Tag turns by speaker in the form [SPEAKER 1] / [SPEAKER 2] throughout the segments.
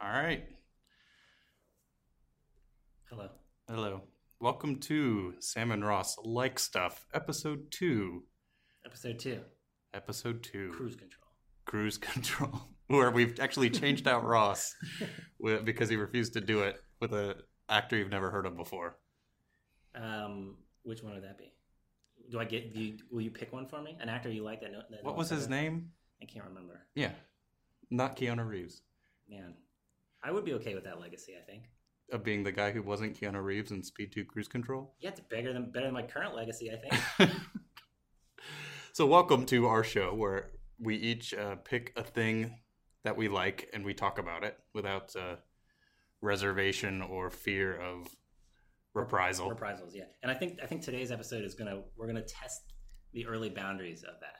[SPEAKER 1] All right.
[SPEAKER 2] Hello.
[SPEAKER 1] Hello. Welcome to Salmon Ross Like Stuff, Episode 2.
[SPEAKER 2] Episode two,
[SPEAKER 1] Episode 2.
[SPEAKER 2] cruise control.
[SPEAKER 1] Cruise Control, where we've actually changed out Ross wi- because he refused to do it with an actor you've never heard of before.
[SPEAKER 2] Um, which one would that be? Do I get? Do you, will you pick one for me? An actor you like that? No, that
[SPEAKER 1] What was
[SPEAKER 2] knows
[SPEAKER 1] his
[SPEAKER 2] better?
[SPEAKER 1] name?
[SPEAKER 2] I can't remember.
[SPEAKER 1] Yeah. Not Keanu Reeves.
[SPEAKER 2] Man, I would be okay with that legacy. I think.
[SPEAKER 1] Of being the guy who wasn't Keanu Reeves in Speed 2 Cruise Control.
[SPEAKER 2] Yeah, it's bigger than better than my current legacy. I think.
[SPEAKER 1] so welcome to our show where we each uh, pick a thing that we like and we talk about it without uh, reservation or fear of reprisal
[SPEAKER 2] Reprisals. Yeah, and I think I think today's episode is gonna we're gonna test the early boundaries of that.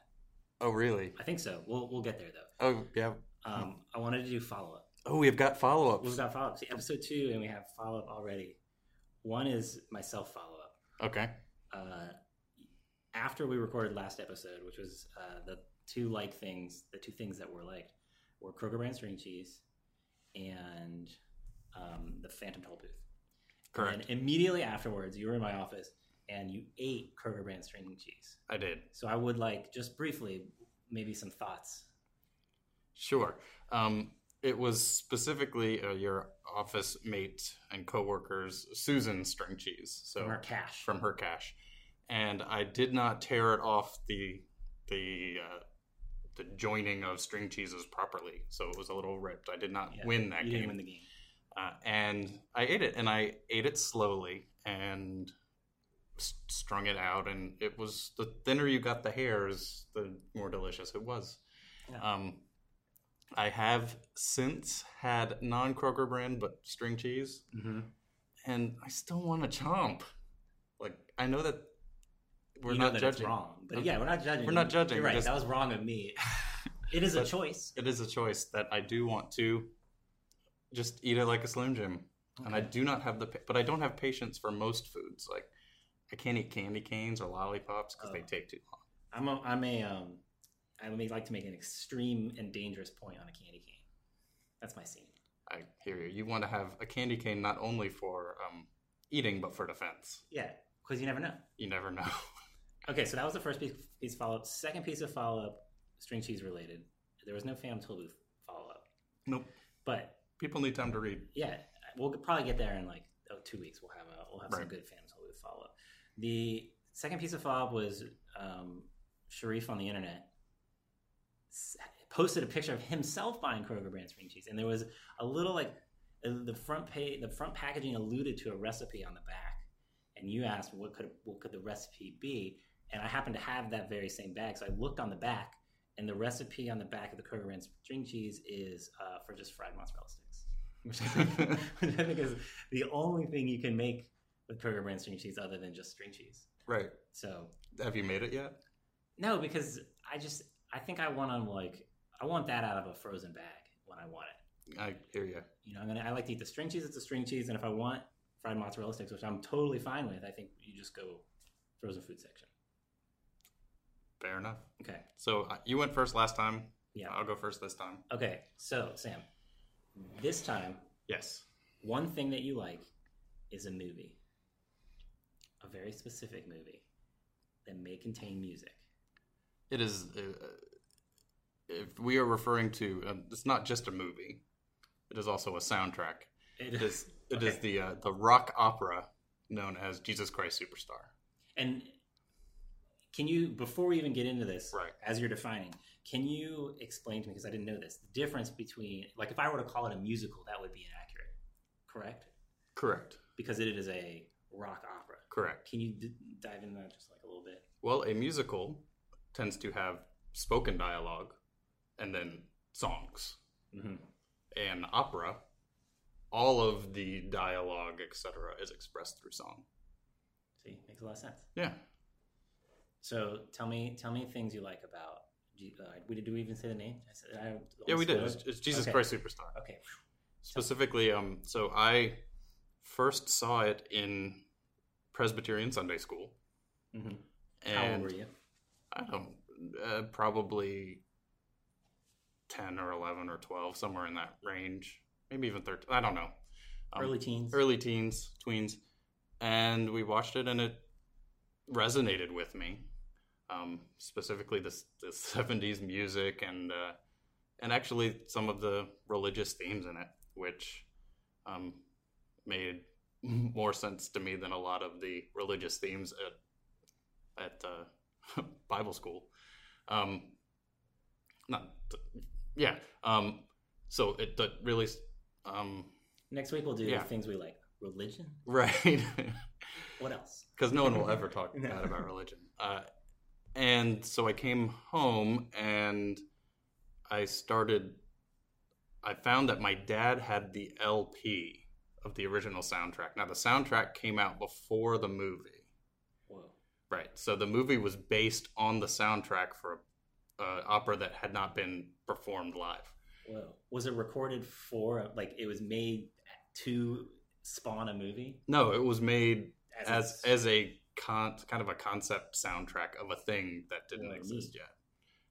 [SPEAKER 1] oh really
[SPEAKER 2] I think so. We'll we'll get there though.
[SPEAKER 1] oh yeah
[SPEAKER 2] Um, I wanted to do follow up.
[SPEAKER 1] oh we've got follow-ups
[SPEAKER 2] We've got follow up. See, episode two, and we have follow up already. One is myself follow up.
[SPEAKER 1] okay
[SPEAKER 2] uh, after we recorded last episode, which was uh, the two like things, the two things that were liked were Kroger brand string cheese and um, the Phantom Toll Booth.
[SPEAKER 1] correct
[SPEAKER 2] And immediately afterwards, you were in my office and you ate Kroger brand string cheese.
[SPEAKER 1] i did
[SPEAKER 2] So I would like just briefly, maybe some thoughts.
[SPEAKER 1] Sure. Um, it was specifically uh, your office mate and coworker's Susan String Cheese. So
[SPEAKER 2] From her cache.
[SPEAKER 1] From her cache, and I did not tear it off the the uh, the joining of string cheeses properly, so it was a little ripped. I did not
[SPEAKER 2] Yeah,
[SPEAKER 1] win that
[SPEAKER 2] you
[SPEAKER 1] game,
[SPEAKER 2] didn't win the game.
[SPEAKER 1] Uh, and I ate it, and I ate it slowly and s- strung it out, and it was the thinner you got the hairs, the more delicious it was.
[SPEAKER 2] Yeah.
[SPEAKER 1] Um, I have since had non Kroger brand but string cheese, and I still want to chomp. Like I know that we're
[SPEAKER 2] You know
[SPEAKER 1] not
[SPEAKER 2] that it's
[SPEAKER 1] judging.
[SPEAKER 2] wrong, but yeah, we're not judging.
[SPEAKER 1] We're not judging,
[SPEAKER 2] You're right.
[SPEAKER 1] just-
[SPEAKER 2] That was wrong of me. It is a
[SPEAKER 1] But-
[SPEAKER 2] choice.
[SPEAKER 1] It is a choice that I do want to just eat it like a Slim Jim, and I
[SPEAKER 2] Okay.
[SPEAKER 1] do not have the, pa- but I don't have patience for most foods. Like I can't eat candy canes or lollipops because they
[SPEAKER 2] Oh.
[SPEAKER 1] take too long.
[SPEAKER 2] I'm a, I'm a um, I would like to make an extreme and dangerous point on a candy cane. That's my scene.
[SPEAKER 1] I hear you. You want to have a candy cane not only for um, eating but for defense.
[SPEAKER 2] Yeah, because you never know.
[SPEAKER 1] You never know.
[SPEAKER 2] Okay, so that was the first piece, piece of follow up. Second piece of follow up, string cheese related. There was no Phantom Toll Booth follow up,
[SPEAKER 1] nope.
[SPEAKER 2] but
[SPEAKER 1] People need time to read.
[SPEAKER 2] yeah, we'll probably get there in like oh, two weeks. We'll have a, we'll have some
[SPEAKER 1] Right.
[SPEAKER 2] good Phantom Toll Booth follow up. The second piece of follow up was um, Sharif on the internet s- posted a picture of himself buying Kroger brand string cheese, and there was a little like uh, the front page, the front packaging alluded to a recipe on the back, and you asked what could what could the recipe be, and I happened to have that very same bag, so I looked on the back, and the recipe on the back of the Kroger brand string cheese is uh, for just fried mozzarella sticks, which I, think, which I think is the only thing you can make with Kroger brand string cheese other than just string cheese.
[SPEAKER 1] Right.
[SPEAKER 2] So
[SPEAKER 1] Have you made it yet?
[SPEAKER 2] no, because I just I think I want to like I want that out of a frozen bag when I want it.
[SPEAKER 1] I hear you.
[SPEAKER 2] You know, I'm gonna I like to eat the string cheese. It's a string cheese, and if I want fried mozzarella sticks, which I'm totally fine with, I think you just go frozen food section.
[SPEAKER 1] Fair enough.
[SPEAKER 2] Okay,
[SPEAKER 1] So uh, you went first last time.
[SPEAKER 2] Yeah.
[SPEAKER 1] I'll go first this time.
[SPEAKER 2] okay. So Sam, this time
[SPEAKER 1] Yes.
[SPEAKER 2] one thing that you like is a movie, a very specific movie that may contain music.
[SPEAKER 1] It is. Uh, if we are referring to, uh, it's not just a movie. It is also a soundtrack. It is. It is
[SPEAKER 2] Okay.
[SPEAKER 1] the uh, the rock opera known as Jesus Christ Superstar.
[SPEAKER 2] And can you, before we even get into this,
[SPEAKER 1] Right.
[SPEAKER 2] as you're defining, can you explain to me, because I didn't know this, the difference between, like, if I were to call it a musical, that would be inaccurate, correct?
[SPEAKER 1] Correct.
[SPEAKER 2] Because it is a rock opera.
[SPEAKER 1] Correct.
[SPEAKER 2] Can you d- dive into that just like a little bit?
[SPEAKER 1] Well, a musical tends to have spoken dialogue, and then songs.
[SPEAKER 2] Mm-hmm.
[SPEAKER 1] and opera, all of the dialogue, etc., is expressed through song.
[SPEAKER 2] See, makes a lot of sense.
[SPEAKER 1] Yeah.
[SPEAKER 2] So tell me, tell me things you like about. G- Uh, we did. Do we even say the name? I said, I
[SPEAKER 1] Yeah, we did. It's,
[SPEAKER 2] almost
[SPEAKER 1] it's Jesus
[SPEAKER 2] Okay.
[SPEAKER 1] Christ Superstar.
[SPEAKER 2] forgot. Okay.
[SPEAKER 1] Specifically, um, so I first saw it in Presbyterian Sunday School.
[SPEAKER 2] hmm
[SPEAKER 1] Mm-hmm. And
[SPEAKER 2] How old were you?
[SPEAKER 1] I don't, uh, probably 10 or 11 or 12, somewhere in that range. maybe even 13. I don't know. Um,
[SPEAKER 2] Early teens.
[SPEAKER 1] early teens, tweens, and we watched it, and it resonated with me. Um, specifically, the the seventies music and uh, and actually some of the religious themes in it, which um, made more sense to me than a lot of the religious themes at at uh, Bible school. Um, not, yeah. Um, so it, it really um,
[SPEAKER 2] Next week we'll do
[SPEAKER 1] Yeah.
[SPEAKER 2] things we like. Religion.
[SPEAKER 1] right.
[SPEAKER 2] What else?
[SPEAKER 1] because no one will ever talk
[SPEAKER 2] No.
[SPEAKER 1] bad about religion. Uh, and so I came home and I started. I found that my dad had the LP of the original soundtrack. Now the soundtrack came out before the movie,
[SPEAKER 2] Whoa.
[SPEAKER 1] right? So the movie was based on the soundtrack for an opera that had not been performed live.
[SPEAKER 2] Whoa. Was it recorded for like it was made to spawn a movie?
[SPEAKER 1] No, it was made as
[SPEAKER 2] a-
[SPEAKER 1] as a con- kind of a concept soundtrack of a thing that didn't
[SPEAKER 2] Yeah,
[SPEAKER 1] exist yet.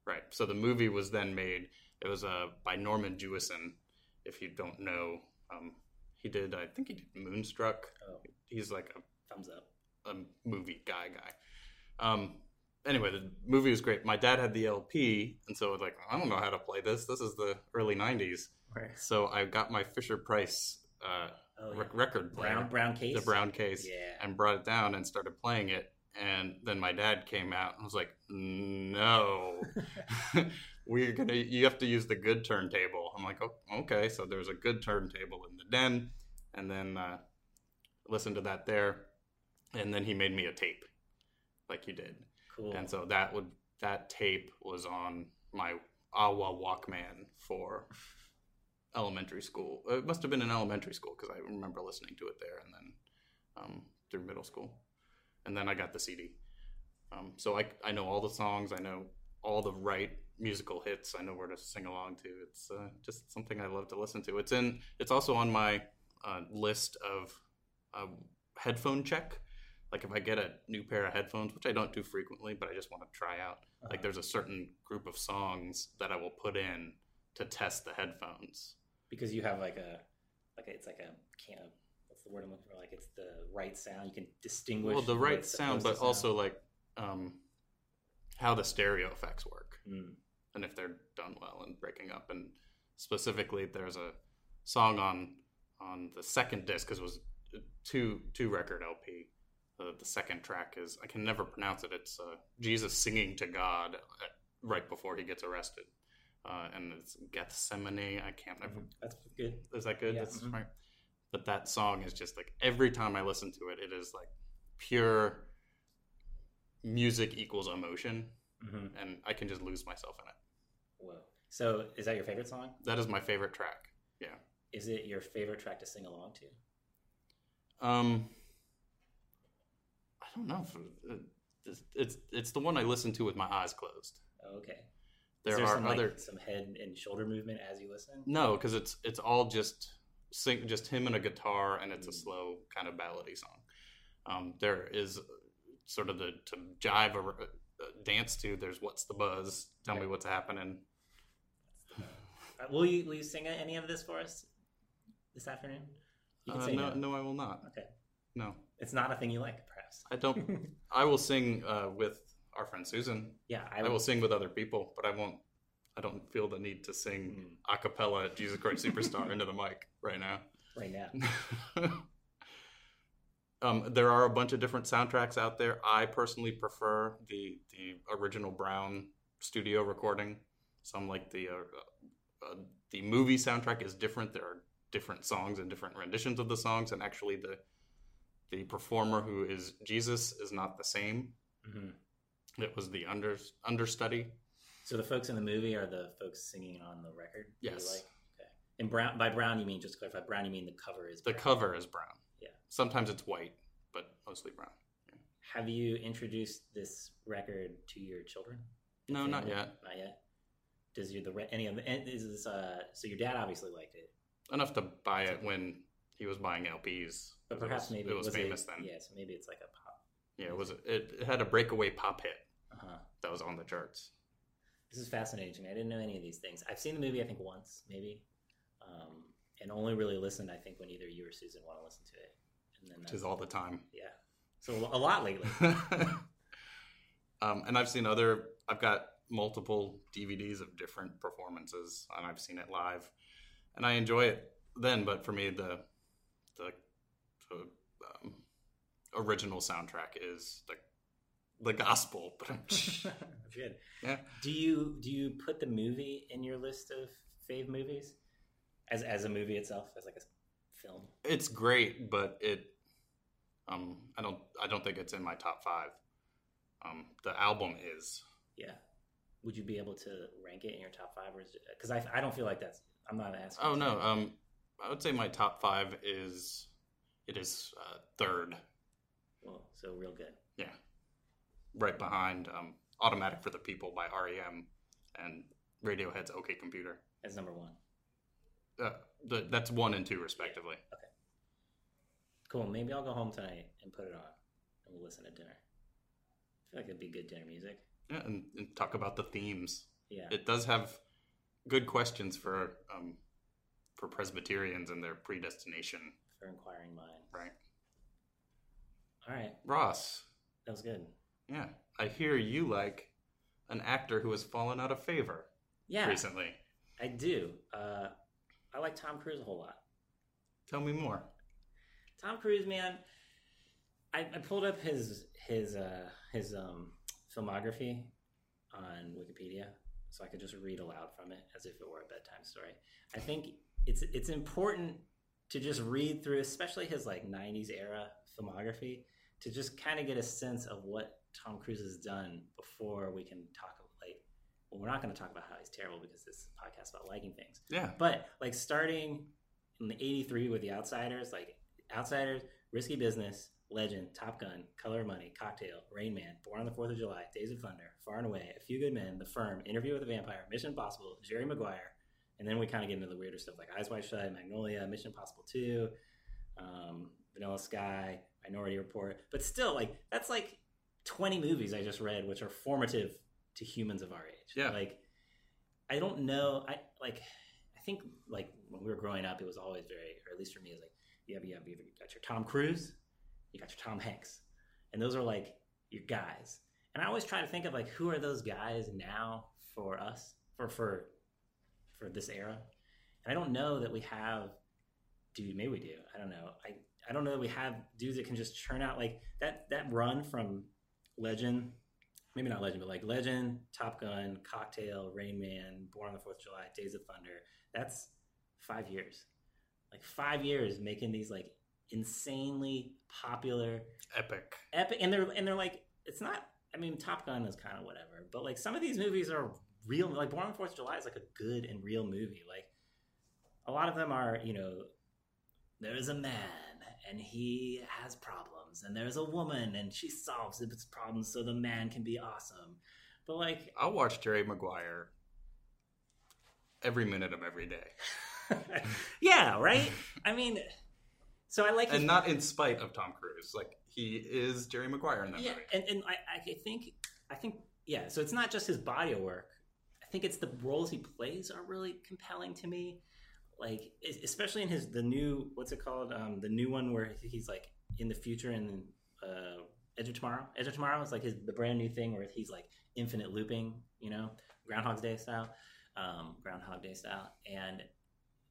[SPEAKER 1] Right. So the movie was then made. It was uh, by Norman Jewison. If you don't know, um, he did. I think he did Moonstruck.
[SPEAKER 2] oh,
[SPEAKER 1] He's like a,
[SPEAKER 2] thumbs up.
[SPEAKER 1] a movie guy guy. Um, anyway, the movie was great. My dad had the LP, and so I was like, I don't know how to play this. This is the early '90s. So I got my Fisher Price uh,
[SPEAKER 2] Oh, yeah.
[SPEAKER 1] rec- record player,
[SPEAKER 2] brown brown case.
[SPEAKER 1] the brown case
[SPEAKER 2] Yeah.
[SPEAKER 1] and brought it down and started playing it. And then my dad came out and was like, "No, we're gonna. You have to use the good turntable." I'm like, "Oh, okay." So there was a good turntable in the den, and then uh, listened to that there. And then he made me a tape, like you did.
[SPEAKER 2] Cool.
[SPEAKER 1] And so that would that tape was on my Awa Walkman for elementary school. It must have been in elementary school because I remember listening to it there, and then um, through middle school, and then I got the CD. Um, so I I know all the songs. I know all the right musical hits. I know where to sing along to. It's uh, just something I love to listen to. It's in. It's also on my uh, list of uh, headphone check. Like if I get a new pair of headphones, which I don't do frequently, but I just want to try out. Like
[SPEAKER 2] Uh-huh.
[SPEAKER 1] there's a certain group of songs that I will put in to test the headphones.
[SPEAKER 2] because you have like a like a, it's like a can't what's the word I'm looking for? Like it's the right sound. You can distinguish.
[SPEAKER 1] Well, the
[SPEAKER 2] what
[SPEAKER 1] right
[SPEAKER 2] it's
[SPEAKER 1] sound, but
[SPEAKER 2] supposed to
[SPEAKER 1] also like um, how the stereo effects work
[SPEAKER 2] Mm.
[SPEAKER 1] and if they're done well and breaking up. And specifically, there's a song on on the second disc because it was a two two record LP. Uh, the second track is I can never pronounce it. It's uh, Jesus singing to God uh, right before he gets arrested, uh, and it's Gethsemane. I can't. I
[SPEAKER 2] That's good.
[SPEAKER 1] Is that good?
[SPEAKER 2] Yeah.
[SPEAKER 1] That's
[SPEAKER 2] Mhm.
[SPEAKER 1] right. But that song is just like every time I listen to it, it is like pure music equals emotion,
[SPEAKER 2] Mm-hmm.
[SPEAKER 1] and I can just lose myself in it.
[SPEAKER 2] Whoa. So is that your favorite song?
[SPEAKER 1] That is my favorite track.
[SPEAKER 2] Is it your favorite track to sing along to?
[SPEAKER 1] Um, I don't know. if- uh, It's, it's it's the one I listen to with my eyes closed.
[SPEAKER 2] Oh, okay.
[SPEAKER 1] There,
[SPEAKER 2] is there
[SPEAKER 1] are
[SPEAKER 2] some,
[SPEAKER 1] other
[SPEAKER 2] like, some head and shoulder movement as you listen.
[SPEAKER 1] no, because it's it's all just sing, just him and a guitar, and it's a
[SPEAKER 2] Mm.
[SPEAKER 1] slow kind of ballady song. Um, there is uh, sort of the to jive or uh, dance to. There's what's the buzz? Tell me
[SPEAKER 2] Right.
[SPEAKER 1] what's happening.
[SPEAKER 2] Uh, will you will you sing any of this for us this afternoon? You can
[SPEAKER 1] Uh,
[SPEAKER 2] say
[SPEAKER 1] no,
[SPEAKER 2] no.
[SPEAKER 1] no, I will not.
[SPEAKER 2] Okay.
[SPEAKER 1] No,
[SPEAKER 2] It's not a thing you like, perhaps.
[SPEAKER 1] I don't. I will sing uh, with our friend Susan.
[SPEAKER 2] yeah, I
[SPEAKER 1] I
[SPEAKER 2] will.
[SPEAKER 1] will sing with other people, but I won't. I don't feel the need to sing
[SPEAKER 2] Mm,
[SPEAKER 1] a cappella Jesus Christ Superstar into the mic right now.
[SPEAKER 2] right now.
[SPEAKER 1] um, there are a bunch of different soundtracks out there. I personally prefer the the original Brown studio recording. Some like the uh, uh, the movie soundtrack is different. There are different songs and different renditions of the songs, and actually the the performer who is Jesus is not the same.
[SPEAKER 2] Mhm.
[SPEAKER 1] It was the under understudy.
[SPEAKER 2] So the folks in the movie are the folks singing on the record. that you
[SPEAKER 1] Yes.
[SPEAKER 2] like? Okay. And brown by brown you mean just to clarify brown you mean the cover is
[SPEAKER 1] The
[SPEAKER 2] brown.
[SPEAKER 1] cover is brown.
[SPEAKER 2] Yeah.
[SPEAKER 1] Sometimes it's white, but mostly brown.
[SPEAKER 2] Have you introduced this record to your children?
[SPEAKER 1] No, not
[SPEAKER 2] Family?
[SPEAKER 1] yet.
[SPEAKER 2] Not yet. Does your the re- any of the and is this uh so your dad obviously liked it,
[SPEAKER 1] enough to buy it when he was buying LPs.
[SPEAKER 2] but
[SPEAKER 1] It
[SPEAKER 2] perhaps
[SPEAKER 1] was-
[SPEAKER 2] maybe
[SPEAKER 1] it was, famous
[SPEAKER 2] a,
[SPEAKER 1] then. Yeah,
[SPEAKER 2] Yeah, so maybe it's like a pop.
[SPEAKER 1] it was. It, it had a breakaway pop hit
[SPEAKER 2] Uh huh.
[SPEAKER 1] that was on the charts.
[SPEAKER 2] This is fascinating to me. I didn't know any of these things. I've seen the movie, I think, once, maybe. Um, and only really listened, I think, when either you or Susan want to listen to it. And then
[SPEAKER 1] which
[SPEAKER 2] that's-
[SPEAKER 1] is all the time.
[SPEAKER 2] yeah. So a lot lately.
[SPEAKER 1] um, and I've seen other. I've got multiple DVDs of different performances, and I've seen it live, and I enjoy it then. But for me, the the, the um, original soundtrack is the the gospel. But
[SPEAKER 2] That's good.
[SPEAKER 1] Yeah.
[SPEAKER 2] Do you do you put the movie in your list of fave movies as as a movie itself as like a film?
[SPEAKER 1] it's great, but it um I don't I don't think it's in my top five. Um, the album is
[SPEAKER 2] Yeah. Would you be able to rank it in your top five, or because I I don't feel like that's I'm not asking.
[SPEAKER 1] Oh no. Um, I would say my top five is it is uh, third.
[SPEAKER 2] Well, so real good.
[SPEAKER 1] Yeah, right behind um, "Automatic for the People" by REM and Radiohead's "OK Computer."
[SPEAKER 2] That's number one.
[SPEAKER 1] Uh, th- that's one and two respectively.
[SPEAKER 2] Cool. Maybe I'll go home tonight and put it on, and we'll listen to dinner. I feel like it'd be good dinner music.
[SPEAKER 1] Yeah, and, and talk about the themes.
[SPEAKER 2] Yeah.
[SPEAKER 1] It does have good questions for um, for Presbyterians and their predestination.
[SPEAKER 2] for inquiring minds.
[SPEAKER 1] Right,
[SPEAKER 2] All right.
[SPEAKER 1] Ross.
[SPEAKER 2] That was good.
[SPEAKER 1] Yeah, I hear you like an actor who has fallen out of favor
[SPEAKER 2] Yeah,
[SPEAKER 1] recently.
[SPEAKER 2] I do. Uh, I like Tom Cruise a whole lot.
[SPEAKER 1] Tell me more.
[SPEAKER 2] Tom Cruise, man. I, I pulled up his his uh, his um, filmography on Wikipedia, so I could just read aloud from it as if it were a bedtime story. I think it's it's important to just read through, especially his like '90s era filmography, to just kind of get a sense of what Tom Cruise has done before we can talk. Like, well, we're not going to talk about how he's terrible because this is a podcast about liking things.
[SPEAKER 1] Yeah.
[SPEAKER 2] But like starting in the '83 with The Outsiders, like Outsiders, Risky Business, Legend, Top Gun, Color of Money, Cocktail, Rain Man, Born on the Fourth of July, Days of Thunder, Far and Away, A Few Good Men, The Firm, Interview with a Vampire, Mission Impossible, Jerry Maguire, and then we kind of get into the weirder stuff like Eyes Wide Shut, Magnolia, Mission Impossible Two, um, Vanilla Sky, Minority Report. But still, like that's like 20 movies I just read, which are formative to humans of our age.
[SPEAKER 1] Yeah.
[SPEAKER 2] Like I don't know. I like. I think like when we were growing up, it was always very, or at least for me, it was like you have you have you got your Tom Cruise, you got your Tom Hanks, and those are like your guys. And I always try to think of like who are those guys now for us for for for this era. And I don't know that we have dude. Maybe we do. I don't know. I I don't know that we have dudes that can just churn out like that that run from Legend maybe not Legend, but like Legend, Top Gun, Cocktail, Rain Man, Born on the Fourth of July, Days of Thunder. That's five years. Like five years making these like insanely popular
[SPEAKER 1] Epic.
[SPEAKER 2] epic and they're and they're like it's not I mean Top Gun is kind of whatever, but like some of these movies are real like Born on the Fourth of July is like a good and real movie. Like a lot of them are, you know, there is a man and he has problems and there's a woman and she solves its problems so the man can be awesome. But like
[SPEAKER 1] I'll watch Jerry Maguire every minute of every day.
[SPEAKER 2] yeah, right? I mean so I like his
[SPEAKER 1] And not in spite of Tom Cruise. Like, he is Jerry Maguire in that
[SPEAKER 2] yeah,
[SPEAKER 1] movie.
[SPEAKER 2] and, and I, I think I think yeah. So it's not just his body of work. I think it's the roles he plays are really compelling to me. Like es- especially in his the new what's it called um, the new one where he's like in the future and uh, Edge of Tomorrow. Edge of Tomorrow is like his the brand new thing where he's like infinite looping, you know, Groundhog's Day style, um, Groundhog Day style, and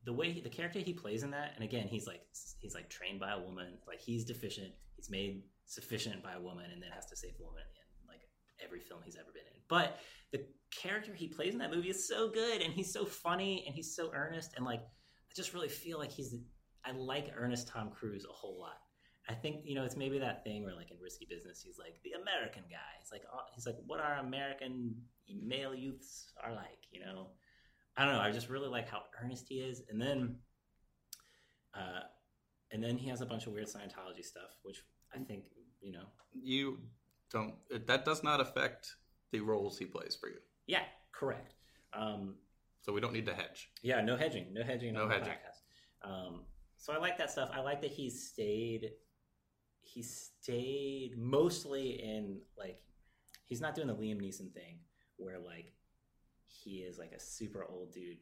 [SPEAKER 2] the way the character he plays in that, and again, he's like he's like trained by a woman, like he's deficient, he's made sufficient by a woman, and then has to save the woman at the end, like every film he's ever been in. But the character he plays in that movie is so good, and he's so funny, and he's so earnest, and like I just really feel like he's I like earnest Tom Cruise a whole lot. I think you know it's maybe that thing where like in Risky Business he's like the American guy. He's like uh, he's like what our American male youths are like, you know. I don't know. I just really like how earnest he is, and then, uh, and then he has a bunch of weird Scientology stuff, which I think you know.
[SPEAKER 1] You don't, it- that does not affect the roles he plays for you.
[SPEAKER 2] Yeah, correct. Um,
[SPEAKER 1] So we don't need to hedge.
[SPEAKER 2] Yeah, no hedging, no hedging
[SPEAKER 1] No
[SPEAKER 2] on the
[SPEAKER 1] hedging.
[SPEAKER 2] podcast. Um, so I like that stuff. I like that he stayed. He stayed mostly in like he's not doing the Liam Neeson thing where like he is like a super old dude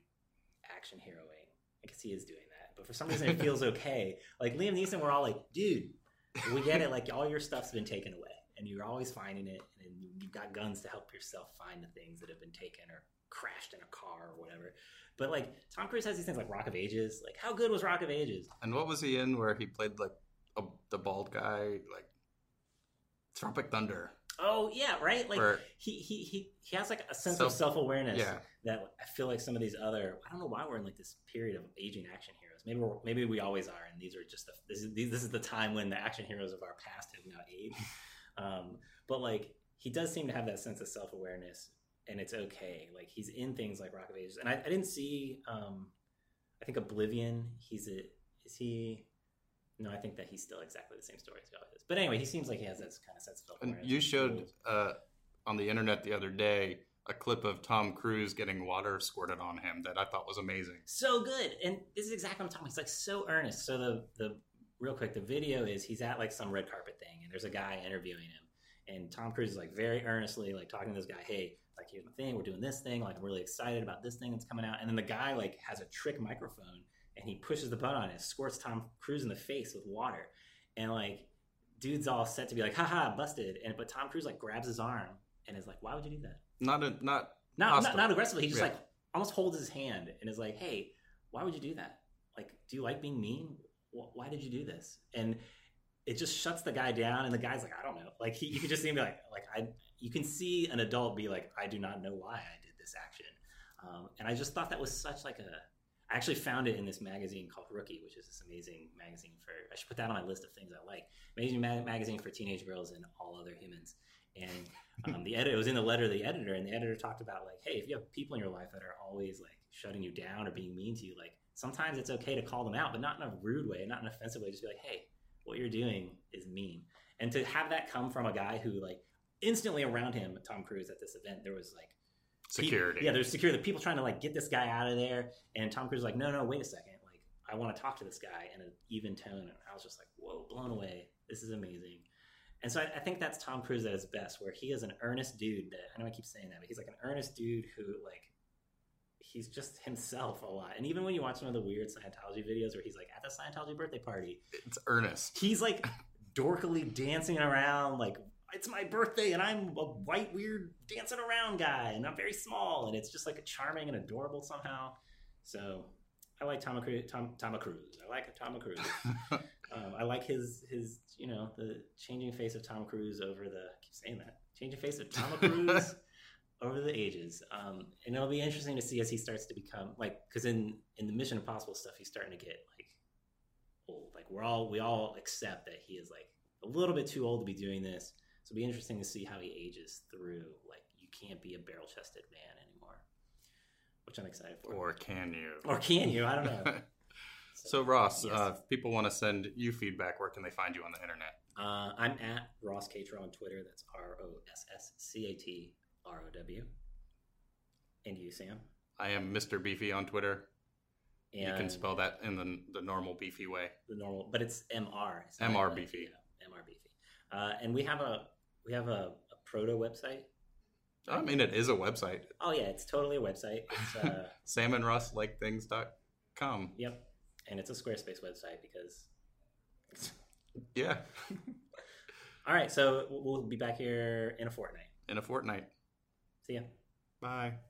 [SPEAKER 2] action heroing because he is doing that. but for some reason it feels okay. Like Liam Neeson, we're all like, dude, we get it. Like all your stuff's been taken away, and you're always finding it, and you've got guns to help yourself find the things that have been taken or crashed in a car or whatever. But like Tom Cruise has these things like Rock of Ages. Like how good was Rock of Ages?
[SPEAKER 1] And what was he in where he played like a, the bald guy, like Tropic Thunder?
[SPEAKER 2] Oh yeah, right. Like
[SPEAKER 1] Where-
[SPEAKER 2] he, he he he has like a sense
[SPEAKER 1] Self-
[SPEAKER 2] of self awareness
[SPEAKER 1] yeah.
[SPEAKER 2] that I feel like some of these other I don't know why we're in like this period of aging action heroes. Maybe we're, maybe we always are, and these are just the, this is these- this is the time when the action heroes of our past have now aged. Um, but like he does seem to have that sense of self awareness, and it's okay. Like he's in things like Rock of Ages, and I, I didn't see. Um, I think Oblivion. He's a is he. No, I think that he's still exactly the same story as he always is. But anyway, he seems like he has that kind of sense of self
[SPEAKER 1] And
[SPEAKER 2] awareness.
[SPEAKER 1] you showed uh, on the internet the other day a clip of Tom Cruise getting water squirted on him that I thought was amazing.
[SPEAKER 2] so good. And this is exactly what I'm talking about. He's like so earnest. So the the real quick, the video is he's at like some red carpet thing and there's a guy interviewing him. And Tom Cruise is like very earnestly like talking to this guy, hey, like here's my thing, we're doing this thing, like I'm really excited about this thing that's coming out. And then the guy like has a trick microphone and he pushes the button on it, squirts Tom Cruise in the face with water. And like dude's all set to be like, haha, busted. And but Tom Cruise like grabs his arm and is like, Why would you do that?
[SPEAKER 1] Not a, not
[SPEAKER 2] not, not
[SPEAKER 1] Hostile.
[SPEAKER 2] not aggressively. He just
[SPEAKER 1] Yeah.
[SPEAKER 2] like almost holds his hand and is like, "Hey, why would you do that? Like, do you like being mean? Wh- Why did you do this?" And it just shuts the guy down, and the guy's like, "I don't know." Like he, you can just see him be like, "Like I," you can see an adult be like, "I do not know why I did this action," um, and I just thought that was such like a. I actually found it in this magazine called Rookie, which is this amazing magazine for. I should put that on my list of things I like. Amazing ma- magazine for teenage girls and all other humans. And um, the editor it was in the letter of the editor and the editor talked about like hey if you have people in your life that are always like shutting you down or being mean to you like sometimes it's okay to call them out but not in a rude way not in an offensive way just be like hey what you're doing is mean and to have that come from a guy who like instantly around him tom cruise at this event there was like people-
[SPEAKER 1] security.
[SPEAKER 2] yeah, there's security. The people trying to like get this guy out of there, and Tom Cruise is like, no, no, wait a second. Like, I want to talk to this guy in an even tone. And I was just like, whoa, blown away. This is amazing. And so I, I think that's Tom Cruise at his best, where he is an earnest dude. That I know I keep saying that, but he's like an earnest dude who like he's just himself a lot. And even when you watch some of the weird Scientology videos where he's like at the Scientology birthday party,
[SPEAKER 1] it's earnest.
[SPEAKER 2] he's like dorkily dancing around like it's my birthday and i'm a white weird dancing around guy and i'm very small and it's just like charming and adorable somehow so i like tom cruise tom, tom cruise i like tom cruise um, i like his his you know the changing face of tom cruise over the I keep saying that changing face of tom cruise over the ages um, and it'll be interesting to see as he starts to become like because in in the mission impossible stuff he's starting to get like old. Like we're all we all accept that he is like a little bit too old to be doing this. So it'll be interesting to see how he ages through. Like you can't be a barrel chested man anymore, which I'm excited for.
[SPEAKER 1] or can you?
[SPEAKER 2] Or can you? I don't know.
[SPEAKER 1] so Ross,
[SPEAKER 2] Yes.
[SPEAKER 1] uh, if people want to send you feedback. Where can they find you on the internet?
[SPEAKER 2] Uh, I'm at Ross Catrow on Twitter. That's R O S S C A T R O W. And you, Sam.
[SPEAKER 1] I am Mr. Beefy on Twitter.
[SPEAKER 2] And
[SPEAKER 1] you can spell that in the, the normal beefy way.
[SPEAKER 2] the normal, but it's MR. It's
[SPEAKER 1] MR
[SPEAKER 2] not-
[SPEAKER 1] beefy.
[SPEAKER 2] Yeah, MR beefy. Uh, and we have a we have a, a proto website.
[SPEAKER 1] I mean, it is a website.
[SPEAKER 2] Oh yeah, it's totally a website. It's uh,
[SPEAKER 1] salmonruslikethings.com.
[SPEAKER 2] Yep. And it's a Squarespace website because.
[SPEAKER 1] Yeah,
[SPEAKER 2] All right, so we'll be back here in a fortnight.
[SPEAKER 1] in a fortnight.
[SPEAKER 2] See ya.
[SPEAKER 1] Bye.